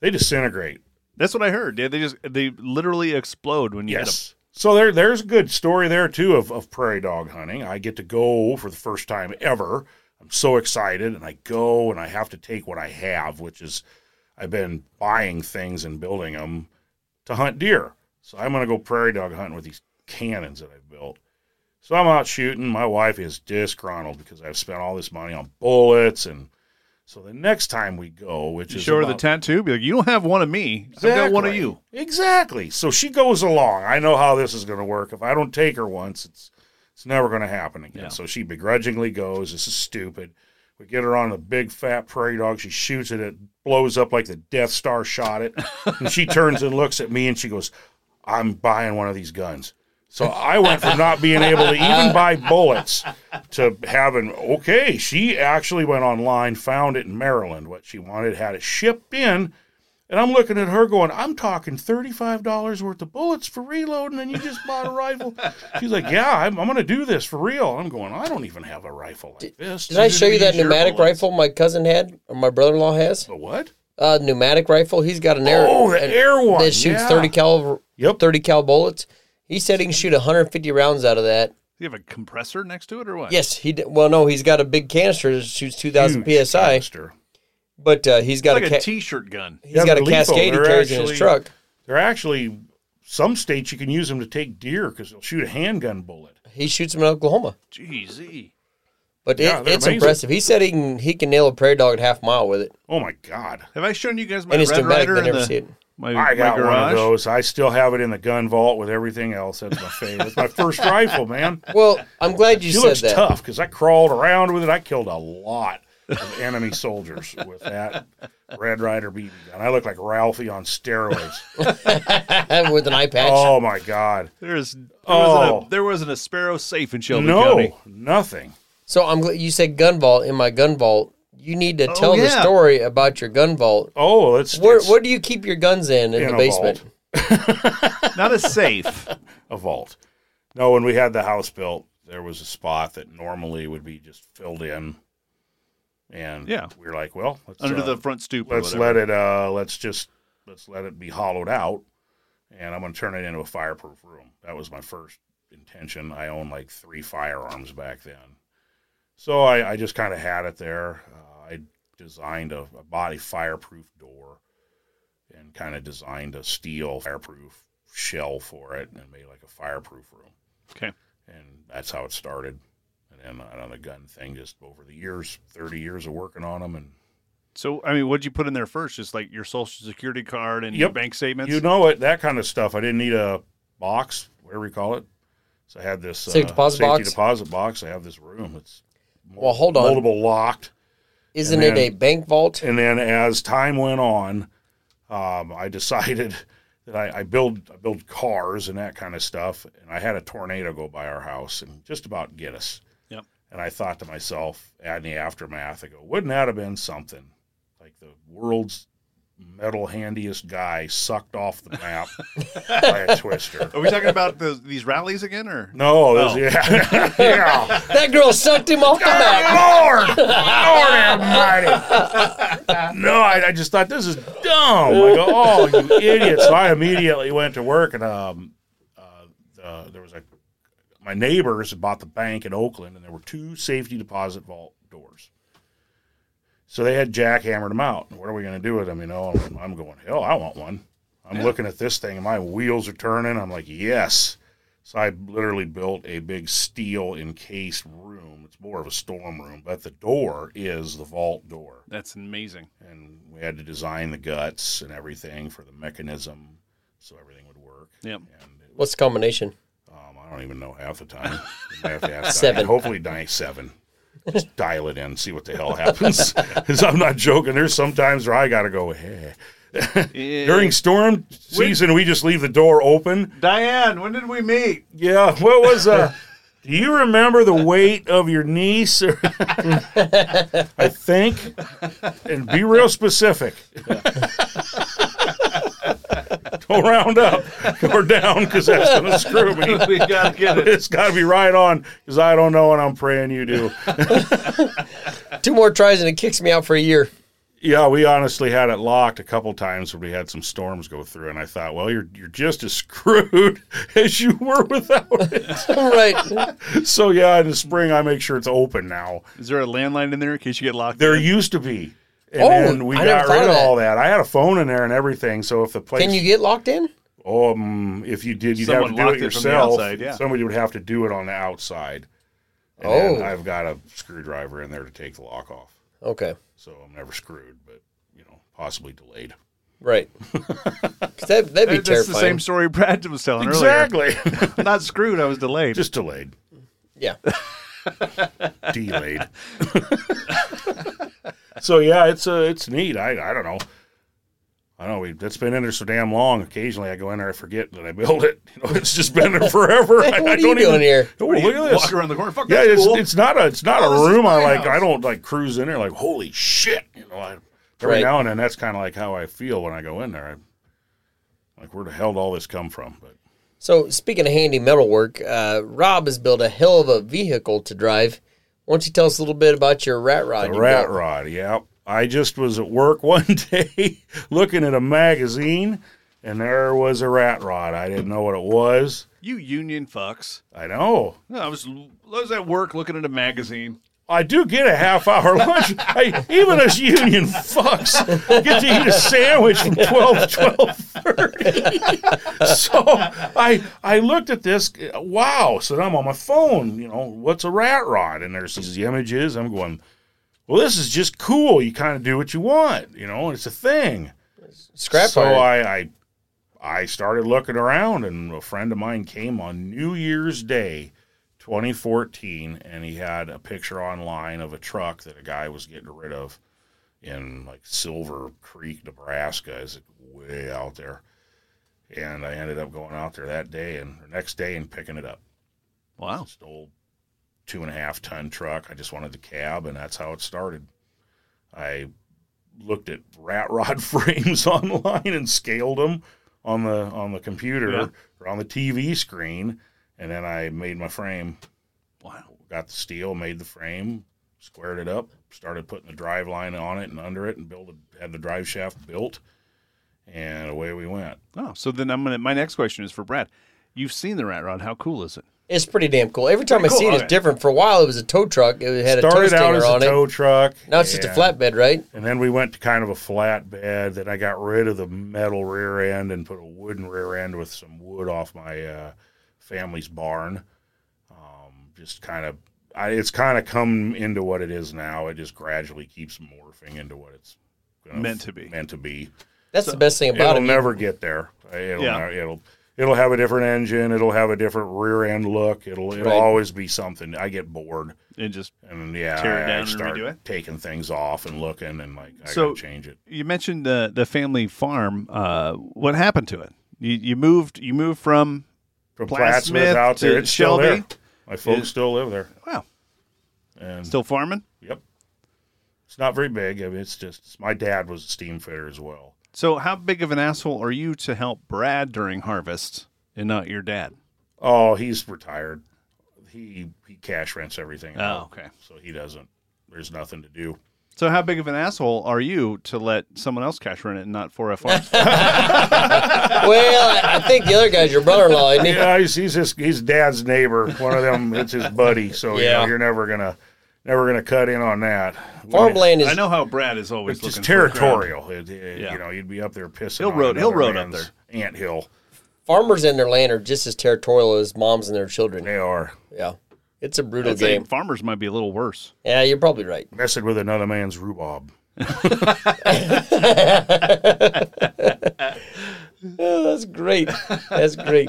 S3: they disintegrate.
S1: That's what I heard. Yeah, they just they literally explode when you hit 'em.
S3: Yes. So there there's a good story there too of, of prairie dog hunting. I get to go for the first time ever. I'm so excited and I go and I have to take what I have, which is I've been buying things and building them to hunt deer. So I'm going to go prairie dog hunting with these cannons that I've built. So I'm out shooting. My wife is disgruntled because I've spent all this money on bullets and so the next time we go, which
S1: You
S3: is
S1: show her the
S3: about-
S1: tattoo. Be like, you don't have one of me. I've got one of
S3: Exactly.
S1: you.
S3: Exactly. So she goes along. I know how this is going to work. If I don't take her once, it's it's never going to happen again.
S1: Yeah.
S3: So she begrudgingly goes. This is stupid. We get her on the big fat prairie dog. She shoots it. It blows up like the Death Star shot it. And she turns and looks at me and she goes, "I'm buying one of these guns." So I went from not being able to even buy bullets to having okay. She actually went online, found it in Maryland what she wanted, had it shipped in. And I'm looking at her going, I'm talking $35 worth of bullets for reloading, and you just bought a rifle. She's like, Yeah, I'm, I'm going to do this for real. I'm going, I don't even have a rifle like this.
S2: Did I show you that
S3: These are
S2: pneumatic
S3: bullets."
S2: rifle my cousin had or my brother in law has?
S3: The what?
S2: Uh, pneumatic rifle. He's got an air.
S3: Oh, the
S2: an-
S3: air one.
S2: That shoots
S3: yeah.
S2: thirty cal.
S3: Yep.
S2: Thirty cal bullets. He said he can shoot 150 rounds out of that.
S1: Do you have a compressor next to it or what?
S2: Yes, he did. Well, no, he's got a big canister that shoots 2,000
S3: Huge
S2: psi,
S3: canister.
S2: but uh, he's got
S1: It's like
S2: a,
S1: a
S2: ca-
S1: t-shirt gun.
S2: he's
S3: Yeah,
S2: got a
S3: they're lethal.
S2: cascade he
S3: They're
S2: carries in
S3: actually-
S2: his truck.
S3: They're actually, some states you can use them to take deer because they'll shoot a handgun bullet.
S2: He shoots them in Oklahoma,
S1: Jeez.
S2: but
S3: Yeah,
S2: it,
S3: they're
S2: it's
S3: amazing.
S2: impressive. He said he can he can nail a prairie dog at half mile with it,
S3: Oh, my God.
S1: Have I shown you guys my
S2: and it's
S1: Red
S2: dramatic.
S1: Rider
S2: They
S1: in
S2: never
S1: the,
S2: see it.
S1: my,
S3: I
S1: my
S3: got one of
S1: garage?
S3: those. I still have it in the gun vault with everything else. That's my favorite. That's my first rifle, man.
S2: Well, I'm glad you
S3: She
S2: said
S3: looks
S2: that.
S3: tough because I crawled around with it. I killed a lot of enemy soldiers with that Red Rider BB gun. I look like Ralphie on steroids.
S2: with an eye patch.
S3: oh my god!
S1: There is there,
S3: Oh.
S1: wasn't a, there wasn't a sparrow safe in Shelby County.
S3: No, nothing.
S2: So I'm glad you said gun vault in my gun vault. You need to tell the
S1: yeah.
S2: story about your gun vault.
S3: Oh, it's,
S2: Where,
S3: it's
S2: what do you keep your guns in in,
S3: In
S2: the
S3: a
S2: basement?
S3: vault.
S1: Not a safe.
S3: a vault. No, when we had the house built, there was a spot that normally would be just filled in, and
S1: Yeah.
S3: we were like, well, let's,
S1: under
S3: uh,
S1: the front stoop.
S3: let's
S1: or
S3: let it. Uh, let's just let's let it be hollowed out, and I'm going to turn it into a fireproof room. That was my first intention. I owned like three firearms back then, so I, I just kind of had it there. Uh, I designed a, a body fireproof door, and kind of designed a steel fireproof shell for it, and made like a fireproof room.
S1: Okay.
S3: and that's how it started. And then another gun thing, just over the years, thirty years of working on them, and
S1: So I mean, what'd you put in there first? Just like your social security card and your
S3: Yep.
S1: bank statements.
S3: You know it, that kind of stuff. I didn't need a box, whatever you call it. So I had this uh,
S2: Safe deposit
S3: safety
S2: box?
S3: deposit box. I have this room. It's
S2: Well, hold on.
S3: multiple locked.
S2: Isn't
S3: And
S2: it
S3: then-
S2: a bank vault?
S3: and then as time went on, um, I decided that I, I build I build cars and that kind of stuff. And I had a tornado go by our house and just about get us.
S1: Yep.
S3: And I thought to myself, in the aftermath, I go, wouldn't that have been something? Like the world's metal handiest guy sucked off the map by a twister.
S1: Are we talking about the, these rallies again, or
S3: No,
S1: Oh.
S3: this, yeah, yeah.
S2: That girl sucked him off the back.
S3: Lord, Lord Almighty! No, I, I just thought this is dumb. I go, oh, you idiots! So I immediately went to work, and um, uh, uh, there was a my neighbors bought the bank in Oakland, and there were two safety deposit vault doors. So they had jackhammered them out. What are we going to do with them? You know, I'm, I'm going, hell, I want one. I'm looking at this thing, and my wheels are turning. I'm like, yes. So I literally built a big steel encased room. It's more of a storm room, but the door is the vault door.
S1: that's amazing.
S3: And we had to design the guts and everything for the mechanism so everything would work.
S1: Yep.
S3: And it,
S2: What's the combination?
S3: um, I don't even know half the time. You may have to ask
S2: Seven.
S3: Diane. Hopefully, Diane seven. Just dial it in, see what the hell happens. 'Cause I'm not joking. There's some times where I got to go, hey. During storm season, we just leave the door open.
S1: Diane, when did we meet?
S3: Yeah, what was uh Do you remember the weight of your niece? Or- I think, and be real specific. Don't round up or down because that's gonna screw me.
S1: We gotta get it.
S3: It's got to be right on because I don't know, and I'm praying you do.
S2: Two more tries and it kicks me out for a year.
S3: Yeah, we honestly had it locked a couple times when we had some storms go through, and I thought, well, you're you're just as screwed as you were without it.
S2: right.
S3: So yeah, in the spring, I make sure it's open now.
S1: Is there a landline in there in case you get locked?
S3: There
S1: in?
S3: used to be. And
S2: Oh,
S3: then we
S2: I never
S3: got
S2: thought
S3: rid
S2: of
S3: of
S2: that.
S3: all that. I had a phone in there and everything. So if the place,
S2: Can you get locked in?
S3: um, if you did, you'd
S1: Someone
S3: have to do
S1: locked
S3: it
S1: it from the
S3: yourself.
S1: outside, yeah.
S3: Somebody would have to do it on the outside. And
S2: Oh.
S3: then I've got a screwdriver in there to take the lock off,
S2: Okay.
S3: so I'm never screwed, but you know, possibly delayed.
S2: Right. 'Cause
S1: That-
S2: that, that'd be
S1: that's
S2: terrifying.
S1: the same story Brad was telling
S3: Exactly,
S1: earlier. I'm not screwed. I was delayed.
S3: just delayed,
S2: Yeah.
S3: delayed. so yeah, it's uh, it's neat. I I don't know. I don't know. We, that's been in there so damn long. Occasionally, I go in there, I forget that I built it. You know, it's just been there forever. I,
S2: Hey,
S3: I
S2: what are you
S3: don't
S2: doing
S3: even,
S2: here?
S3: Oh,
S1: What do
S3: look
S1: you
S3: at this.
S1: Walk around the corner. Fuck,
S3: Yeah,
S1: that's
S3: it's,
S1: cool.
S3: it's not a it's not
S1: Oh, this
S3: a
S1: is
S3: room. I
S1: my
S3: like.
S1: house.
S3: I don't like cruise in there like holy shit. You know, I, every
S2: Right.
S3: now and then that's kind of like how I feel when I go in there. I, like where the hell did all this come from? But
S2: So, speaking of handy metalwork, uh, Rob has built a hell of a vehicle to drive. Why don't you tell us a little bit about your rat rod?
S3: The
S2: you
S3: rat
S2: built?
S3: rod, yeah. I just was at work one day looking at a magazine, and there was a rat rod. I didn't know what it was.
S1: You union fucks.
S3: I know.
S1: No, I was I was at work looking at a magazine.
S3: I do get a half hour lunch. I, even us union fucks get to eat a sandwich from 12 to 12.30. So I, I looked at this. Wow. So then I'm on my phone, you know, what's a rat rod? And there's these images. I'm going, well, this is just cool. You kind of do what you want, you know, it's a thing.
S2: Scrap
S3: so
S2: iron.
S3: I, I I started looking around, and a friend of mine came on New Year's Day, 2014, and he had a picture online of a truck that a guy was getting rid of in like Silver Creek, Nebraska, is way out there. And I ended up going out there that day and the next day and picking it up.
S1: Wow.
S3: It's an old two and a half ton truck. I just wanted the cab, and that's how it started. I looked at rat rod frames online and scaled them on the on the computer
S1: Yeah.
S3: or on the TV screen, and then I made my frame.
S1: Wow.
S3: Got the steel, made the frame, squared it up, started putting the drive line on it and under it, and built a, had the drive shaft built, and away we went.
S1: Oh, so then I'm gonna. My next question is for Brad. You've seen the rat rod. How cool is it?
S2: it's pretty damn cool. Every time I see it,
S1: cool,
S2: it's
S1: okay.
S2: different. For a while, it was a tow truck. It had a tow
S3: started out
S2: stinger
S3: as a
S2: on it.
S3: tow truck.
S2: Now it's just a
S3: and-
S2: flatbed, right?
S3: And then we went to kind of a flat bed. Then I got rid of the metal rear end and put a wooden rear end with some wood off my uh, family's barn. Um, just kind of, I, it's kind of come into what it is now. It just gradually keeps morphing into what it's gonna
S1: Meant to be.
S3: Meant to be.
S2: That's the best thing about
S3: it'll
S2: it.
S3: never get there. Uh, It'll,
S1: Yeah.
S3: yeah. it'll it'll have a different engine. It'll have a different rear end look. It'll it'll
S2: Right.
S3: always be something. I get bored,
S1: And just
S3: and yeah,
S1: Tear it
S3: I-
S1: down
S3: I
S1: and
S3: start
S1: redo it?
S3: taking things off and looking, and like I
S1: So-
S3: gotta change it.
S1: you mentioned the the family farm. Uh, what happened to it? You, you moved you moved from
S3: From
S1: Plattsmouth
S3: Plattsmouth out
S1: to
S3: there, it's still
S1: Shelby?
S3: there. My folks
S1: Is-
S3: still live there,
S1: wow
S3: and
S1: still farming.
S3: yep, it's not very big. I mean, it's just my dad was a steam fitter as well.
S1: So how big of an asshole are you to help Brad during harvest and not your dad?
S3: Oh, he's retired. He he cash rents everything.
S2: Oh,
S3: out,
S1: Oh, okay.
S3: so he doesn't. There's nothing to do.
S1: So how big of an asshole are you to let someone else cash run it and not 4FR?
S2: Well, I, I think the other guy's your brother-in-law, isn't he?
S3: Yeah, he's he's his he's dad's neighbor. One of them, it's his buddy. So you know,
S2: Yeah.
S3: you're never gonna never gonna cut in on that.
S2: Farmland is
S1: I know how Brad is always
S3: It's just
S1: looking for a crowd.
S3: territorial. It- it-
S1: Yeah.
S3: You know, you'd be up there pissing.
S1: Hill
S3: on
S1: Road- Hill
S3: another
S1: Road up
S3: man's Ant Hill.
S2: farmers and their land are just as territorial as moms and their children.
S3: They are
S2: Yeah, it's a brutal
S1: I'd say
S2: game.
S1: farmers might be a little worse.
S2: Yeah, you're probably right.
S3: messing with another man's rhubarb.
S2: Oh, that's great. That's great.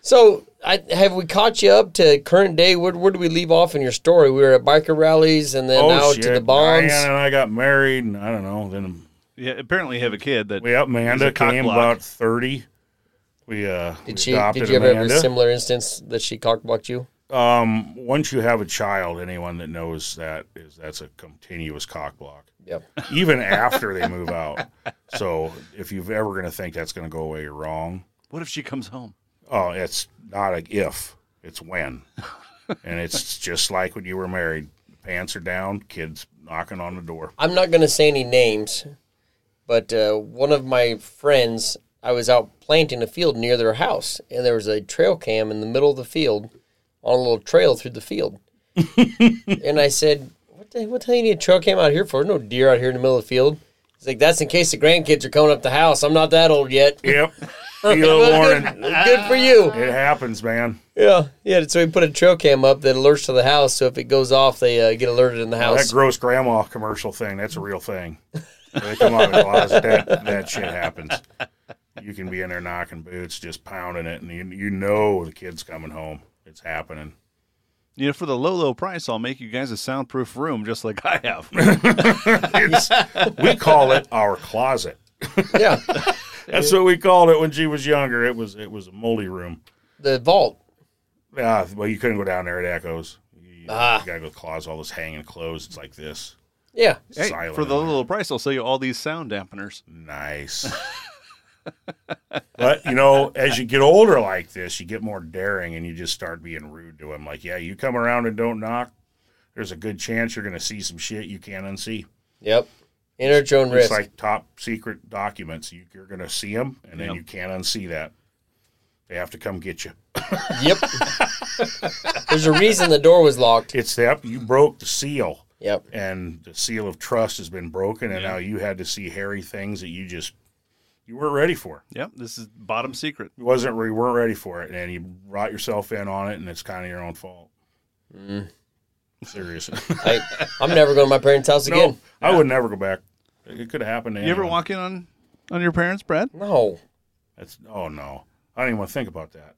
S2: So, I, have we caught you up to current day? Where, where do we leave off in your story? We were at biker rallies and then now to the bonds.
S3: Diane Oh, and I got married, and I don't know. Then
S1: Yeah, apparently you have a kid that
S3: we Amanda
S1: He's a cock
S3: came
S1: block.
S3: about thirty. We uh we
S2: Did she?
S3: adopted
S2: Did you ever have
S3: Amanda.
S2: a similar instance that she cockblocked you?
S3: um once you have a child, anyone that knows that is that's a continuous cock block.
S2: Yep.
S3: even after they move out. So if you're ever going to think that's going to go away, you're wrong.
S1: what if she comes home?
S3: Oh, it's not a if, it's when. and it's just like when you were married. Pants are down, kids knocking on the door.
S2: I'm not going to say any names, but uh, one of my friends, I was out planting a field near their house, and there was a trail cam in the middle of the field on a little trail through the field. and I said, what the, what the hell you need a trail cam out here for? There's no deer out here in the middle of the field. He's like, that's in case the grandkids are coming up the house. I'm not that old yet.
S3: Yep. Hello, warning.
S2: Good for you.
S3: It happens, man.
S2: Yeah, yeah. So we put a trail cam up that alerts to the house. So if it goes off, they uh, get alerted in the
S3: Oh, That
S2: house.
S3: gross grandma commercial thing, that's a real thing. They come out of the closet, that, that shit happens. You can be in there knocking boots, just pounding it, and you, you know the kid's coming home. It's happening.
S1: You know, for the low, low price, I'll make you guys a soundproof room just like I have.
S3: It's, we call it our closet.
S2: yeah,
S3: That's what we called it when she was younger. It was it was a moldy room.
S2: the vault.
S3: Ah, well, you couldn't go down there. It echoes. You,
S2: Ah.
S3: you gotta go to the closet. All this hanging clothes. It's like this.
S2: Yeah,
S1: hey,
S3: Silent.
S1: for the low, low price, I'll sell you all these sound dampeners.
S3: nice. but you know, as you get older like this, you get more daring, and you just start being rude to them. Like, yeah, you come around and don't knock. There's a good chance you're gonna see some shit you can't unsee.
S2: yep. Enter at your own
S3: It's
S2: risk.
S3: like top secret documents. You, you're gonna see them, and then
S1: Yep.
S3: you can't unsee that. They have to come get you.
S2: Yep. There's a reason the door was locked.
S3: It's that you broke the seal.
S2: Yep.
S3: and the seal of trust has been broken, and now you had to see hairy things that you just you weren't ready for.
S1: Yep, this is bottom secret.
S3: You wasn't you weren't ready for it, and you brought yourself in on it, and it's kind of your own fault. Serious?
S2: I, I'm never going to my parents' house
S3: no,
S2: again.
S3: I would never go back. It could have happened. To
S1: You ever
S3: anyone.
S1: walk in on on your parents, Brad?
S2: No,
S3: That's oh no, I don't even want to think about that.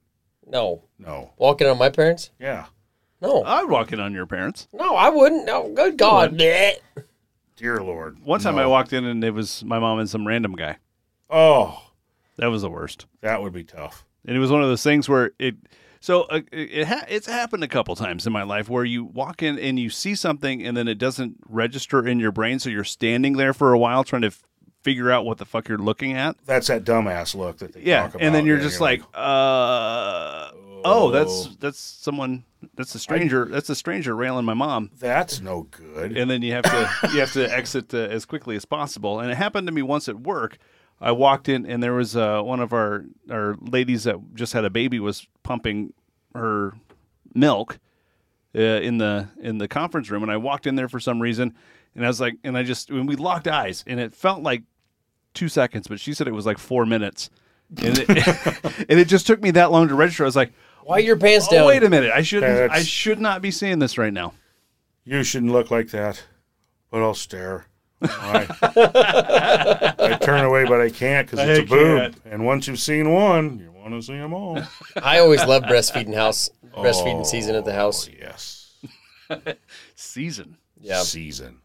S2: no.
S3: No,
S2: Walking on my parents?
S3: yeah,
S2: No,
S1: I'd walk in on your parents.
S2: no. I wouldn't. No. Good God. Bleh.
S3: dear Lord.
S1: One time
S3: no.
S1: I walked in and it was my mom and some random guy.
S3: Oh,
S1: That was the worst.
S3: that would be tough.
S1: And it was one of those things where it. So uh, it, it ha- it's happened a couple times in my life where you walk in and you see something and then it doesn't register in your brain, so you're standing there for a while trying to f- figure out what the fuck you're looking at.
S3: That's that dumbass look that they
S1: Yeah,
S3: talk about.
S1: and then you're
S3: and
S1: just like, uh, oh, that's that's someone, that's a stranger, that's a stranger railing my mom.
S3: that's no good.
S1: and then you have to you have to exit uh, as quickly as possible. And it happened to me once at work. I walked in and there was uh, one of our our ladies that just had a baby was pumping her milk uh, in the in the conference room, and I walked in there for some reason, and I was like, and I just when we locked eyes, and it felt like two seconds, but she said it was like four minutes, and it, and it just took me that long to register. I was like.
S2: Why your pants down?
S1: Oh, wait a minute! I shouldn't. I
S3: That's-
S1: should not be seeing this right now.
S3: You shouldn't look like that, but I'll stare. I, I turn away, but I can't because it's
S1: I
S3: a boob.
S1: can't.
S3: And once you've seen one, you want to see them all.
S2: I always love breastfeeding house, breastfeeding season at the house.
S3: Oh, yes.
S1: Season.
S2: Yeah,
S3: Season.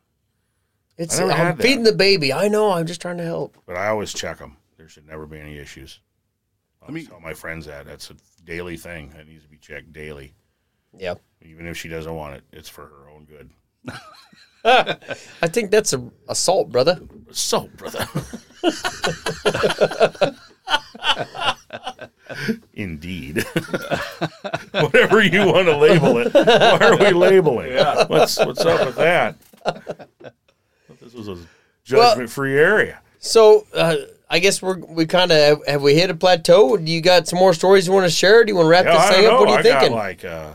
S2: it's
S3: I never
S2: I'm
S3: had that.
S2: feeding the baby. I know. I'm just trying to help.
S3: But I always check them. There should never be any issues. I
S1: me-
S3: always tell my friends that. That's a daily thing. That needs to be checked daily.
S2: Yeah,
S3: Even if she doesn't want it, it's for her own good.
S2: I think that's a assault, brother.
S3: So, brother. Indeed. Whatever you want to label it. Why are we labeling? What's what's up with that? This was a judgment free area.
S2: So uh, I guess we're we kind of have we hit a plateau? Do you got some more stories you want to share? Do you want to wrap
S3: Yeah, I
S2: this
S3: don't
S2: thing
S3: know.
S2: up? What are you
S3: I
S2: thinking?
S3: got like uh,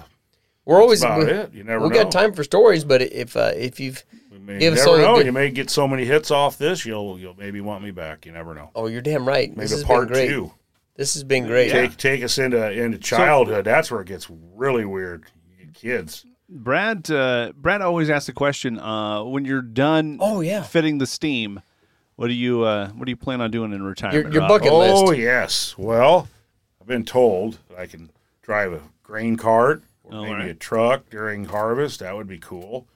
S2: we're always
S3: about
S2: we,
S3: it. You never
S2: we
S3: know.
S2: got time for stories, but if uh, if you've
S3: You may
S2: Give us
S3: never
S2: all a
S3: know.
S2: good-
S3: You may get so many hits off this, you'll you'll maybe want me back. You never know.
S2: oh, you're damn right.
S3: Maybe
S2: this has
S3: part
S2: been great.
S3: two.
S2: This has been great.
S3: Take take us into into childhood. That's where it gets really weird. You get Kids.
S1: Brad uh, Brad always asks the question uh, when you're done
S2: Oh, yeah.
S1: fitting the steam, what do you uh, what do you plan on doing in retirement?
S2: your
S1: Rob?
S2: bucket-
S3: oh,
S2: list.
S3: yes. Well, I've been told that I can drive a grain cart or
S1: All
S3: maybe
S1: right.
S3: a truck during harvest. That would be cool.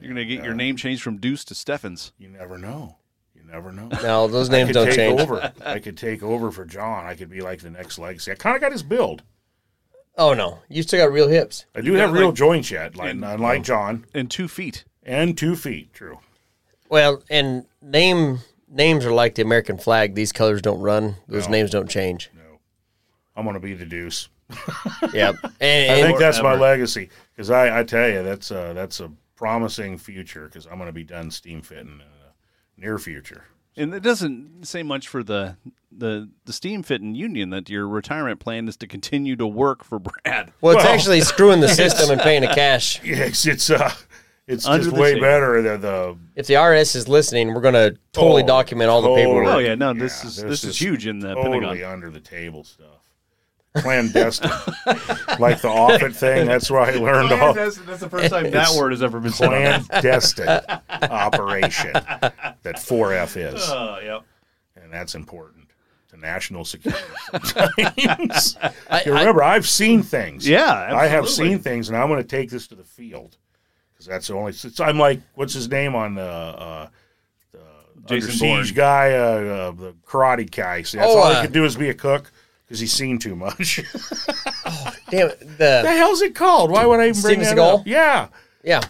S1: You're going to get your name changed from Deuce to Steffens.
S3: You never know. You never know.
S2: No, those
S3: I
S2: names
S3: could
S2: don't
S3: take
S2: change.
S3: over. I could take over for John. I could be like the next legacy. I kind of got his build.
S2: Oh no, you still got real hips.
S3: I do have
S1: got,
S3: real
S1: like-
S3: joints yet, like, unlike John,
S1: And two feet.
S3: and two feet. True.
S2: Well, and name names are like the American flag. These colors don't run. Those names don't change.
S3: No, I'm gonna be the deuce.
S2: Yeah, and,
S3: I
S2: and
S3: think that's my
S1: Forever.
S3: legacy because I, I tell you that's a, that's a promising future because I'm gonna be done steam fitting in the near future.
S1: And it doesn't say much for the the the steam fitting union that your retirement plan is to continue to work for Brad.
S2: well, it's
S3: well,
S2: actually screwing the system and paying the cash.
S3: Yeah, it's it's, uh, it's
S1: Under
S3: just
S1: the
S3: way
S1: table.
S3: better than the
S2: If the RS is listening, we're going to totally
S3: Oh,
S2: document all the
S3: totally.
S2: paperwork.
S1: Oh yeah, no, this
S3: Yeah,
S1: is this, is, huge in the
S3: totally
S1: Pentagon.
S3: under the table stuff. Clandestine, like the Offit thing. That's where I learned all
S1: the first time that word has ever been said.
S3: clandestine operation that 4F is,
S1: Oh, yep.
S3: and that's important to national security. Sometimes.
S2: I-
S3: You remember, I've seen things.
S1: Yeah,
S3: I have
S1: absolutely.
S3: seen things, and I'm going to take this to the field because that's the only. Since I'm like, what's his name on the. Uh, the
S1: Jason
S3: Under
S1: Bourne.
S3: siege guy, uh, uh, the karate guy. See, that's
S2: Oh,
S3: all
S2: uh,
S3: I could do is be a cook because he's seen too much.
S2: Oh, Damn it. The,
S3: the hell's it called? Why would I even bring
S2: Steven
S3: that up?
S2: Seagal?
S3: Yeah,
S2: yeah,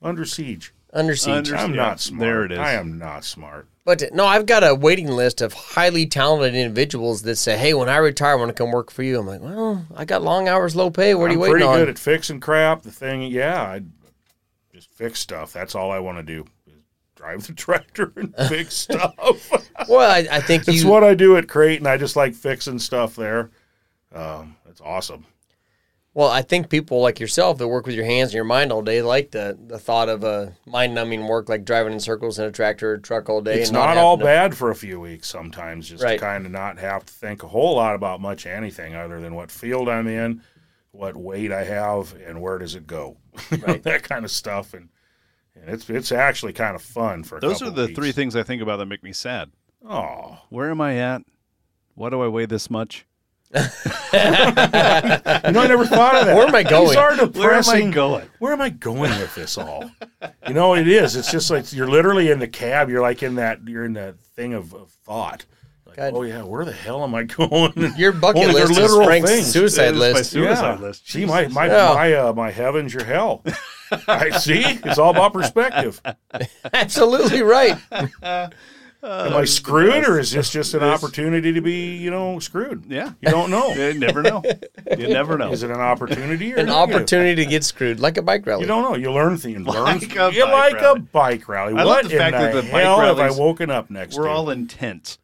S3: under siege.
S2: under siege.
S1: Under-
S3: I'm
S1: Yeah,
S3: not smart.
S1: there it is.
S3: I am not smart.
S2: But no, I've got a waiting list of highly talented individuals that say, "Hey, when I retire, I want to come work for you." I'm like, "Well, I got long hours, low pay. What are
S3: I'm
S2: you waiting
S3: pretty
S2: on?"
S3: good at fixing crap. The thing, yeah, I just fix stuff. That's all I want to do. is Drive the tractor and fix stuff.
S2: well, I, I think
S3: It's
S2: you.
S3: what I do at Creighton. I just like fixing stuff there. Um, that's awesome.
S2: Well, I think people like yourself that work with your hands and your mind all day like the, the thought of a mind numbing work like driving in circles in a tractor or truck all day.
S3: It's
S2: and not,
S3: not, all
S2: having to-
S3: bad for a few weeks sometimes, just
S2: Right.
S3: to kind of not have to think a whole lot about much anything other than what field I'm in, what weight I have, and where does it go, You know, that kind of stuff. And and it's it's actually kind of fun for. A
S1: Those are
S3: couple
S1: the
S3: weeks.
S1: three things I think about that make me sad.
S3: Oh,
S1: Where am I at? Why do I weigh this much?
S3: you know, I never thought of that.
S2: Where am I
S3: These
S2: going?
S3: are depressing.
S1: going?
S3: where am I going with this all? you know, it is. It's just like you're literally in the cab. You're like in that. You're in that thing of, of thought. Like,
S2: God.
S3: oh yeah, where the hell am I going?
S2: Your bucket
S3: Only they're
S2: list is
S3: literal
S2: Frank's
S3: things.
S1: That
S2: suicide
S1: is my
S2: list.
S1: su- Suicide list.
S3: See my my
S2: Yeah.
S3: my uh, my heavens, your hell. I see. It's all about perspective.
S2: Absolutely right.
S3: Am I screwed, or is this just an opportunity to be, you know, screwed?
S1: Yeah.
S3: You don't know.
S1: You never know. You never know.
S3: Is it an opportunity or
S2: An
S3: not? You-
S2: opportunity to get screwed like a bike rally.
S3: You don't know. You learn things. Learn.
S1: Like a
S3: you
S1: bike
S3: like
S1: rally.
S3: a bike rally.
S1: I love
S3: what
S1: the
S3: in
S1: fact that
S3: the
S1: the bike
S3: hell have I
S1: rallies-
S3: woken up next?
S1: We're
S3: to?
S1: all intent.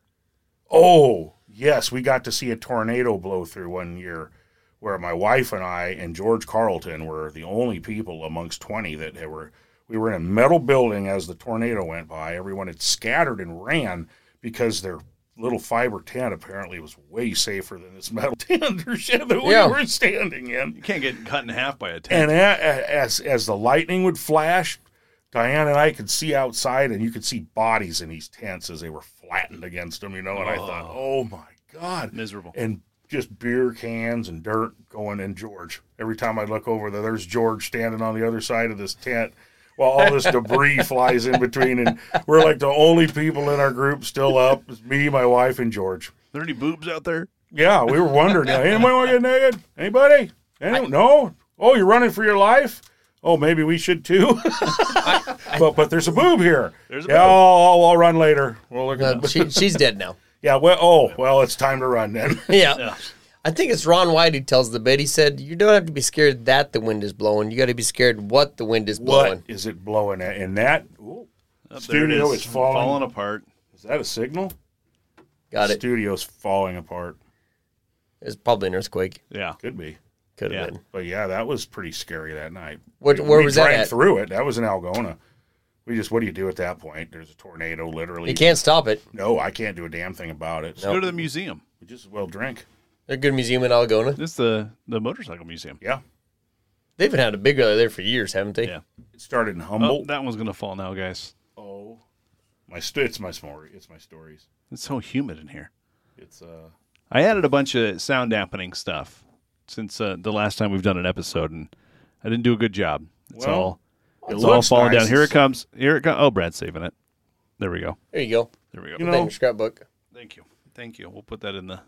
S3: Oh, yes. We got to see a tornado blow through one year where my wife and I and George Carlton were the only people amongst 20 that had- were. We were in a metal building as the tornado went by. Everyone had scattered and ran because their little fiber tent apparently was way safer than this metal tent or shit that we
S2: Yeah.
S3: were standing in.
S1: You can't get cut in half by a tent.
S3: And a- a- as as the lightning would flash, Diane and I could see outside, and you could see bodies in these tents as they were flattened against them, you know. And I thought, oh my God.
S1: Miserable.
S3: And just beer cans and dirt going in George. Every time I look over there, there's George standing on the other side of this tent while all this debris flies in between. And we're like the only people in our group still up. It's me, my wife, and George.
S1: there any boobs out there?
S3: Yeah, we were wondering. you know, Anybody want to get naked? Anybody? Anyone? no. Oh, you're running for your life. Oh, maybe we should too. but but there's a boob here.
S1: There's a
S3: yeah,
S1: boob.
S3: I'll, I'll, I'll run later. We'll look
S2: No,
S3: at.
S2: she, she's dead now.
S3: Yeah. Well. Oh. Well. It's time to run then.
S2: Yeah. I think it's Ron White who tells the bit. He said, "You don't have to be scared that the wind is blowing. You got to be scared what the wind is
S3: What
S2: blowing."
S3: is it blowing at? And that ooh,
S1: Up there it
S3: studio is falling.
S1: falling apart.
S3: Is that a signal?
S2: Got it.
S3: Studio's falling apart.
S2: It's probably an earthquake.
S1: Yeah.
S3: Could be.
S2: Could have
S1: Yeah.
S2: been.
S3: But yeah, that was pretty scary that night.
S2: Where- where
S3: we
S2: was that
S3: drank
S2: at?
S3: through it. That was in Algona. We just what do you do at that point? There's a tornado literally.
S2: You can't stop it.
S3: No, I can't do a damn thing about it. So
S1: Go to the museum.
S3: we just as well drink.
S2: A good museum in Algona.
S1: This is the the motorcycle museum.
S3: Yeah.
S2: They've been had a big rally there for years, haven't they?
S1: Yeah.
S3: It started in
S1: Oh,
S3: Humboldt.
S1: that one's gonna fall now, guys.
S3: Oh, my st- it's my story. It's my stories.
S1: It's so humid in here.
S3: It's uh
S1: I added a bunch of sound dampening stuff since uh, the last time we've done an episode, and I didn't do a good job. It's
S3: Well,
S1: all
S3: it
S1: it's all
S3: looks
S1: falling
S3: nice.
S1: down. Here it comes. Here it comes. Oh, Brad's saving it. There we go.
S2: There you go.
S1: There we go.
S3: You
S2: Thank
S3: know,
S2: your scrapbook.
S1: Thank you. Thank you. We'll put that in the,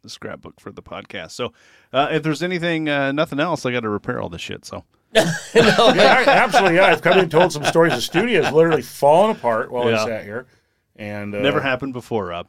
S1: the scrapbook for the podcast. So uh, if there's anything, uh, nothing else, I got to repair all this shit. So
S3: yeah, I- absolutely. Yeah, I've come in and told some stories. The studio is literally falling apart while
S1: Yeah.
S3: I sat here, and uh,
S1: never happened before, Rob.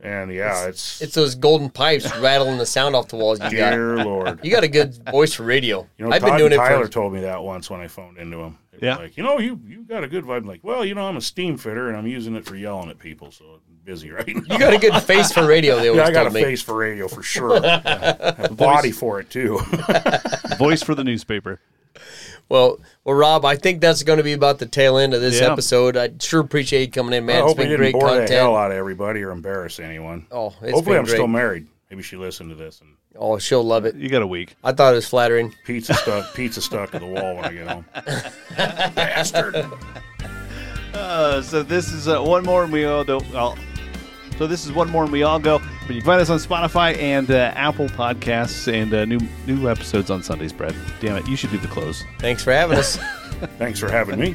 S3: And yeah, it's,
S2: It's those golden pipes rattling the sound off the walls. You got.
S3: dear lord.
S2: You got a good voice for radio.
S3: You know,
S2: I've
S3: Todd
S2: been doing
S3: and
S2: it
S3: Tyler
S2: for.
S3: told me that once when I phoned into him. They were
S1: Yeah.
S3: Like, you know, you you got a good vibe. I'm like, well, you know, I'm a steam fitter and I'm using it for yelling at people, so I'm busy right now.
S2: You got a good face for radio. They always
S3: Yeah, I got a
S2: told me.
S3: face for radio for sure. Yeah. A body for it too.
S1: Voice for the newspaper.
S2: Well, well, Rob, I think that's going to be about the tail end of this
S1: Yeah.
S2: episode. I sure appreciate you coming in,
S3: I
S2: man. it's
S3: hope we
S2: been
S3: didn't
S2: great
S3: bore
S2: content.
S3: the hell out of everybody or embarrass anyone.
S2: Oh, it's
S3: Hopefully,
S2: been
S3: I'm
S2: great.
S3: still married. Maybe she listened to this and
S2: Oh, she'll love it.
S1: You got a week.
S2: I thought it was flattering.
S3: pizza stuck pizza stuck to the wall when I get home. Bastard.
S1: Uh, so this is uh, one more, and we all do Well, so this is one more, and we all go. But you can find us on Spotify and uh, Apple Podcasts, and uh, new new episodes on Sundays. Brad, damn it, you should do the close.
S2: Thanks for having us.
S3: Thanks for having me.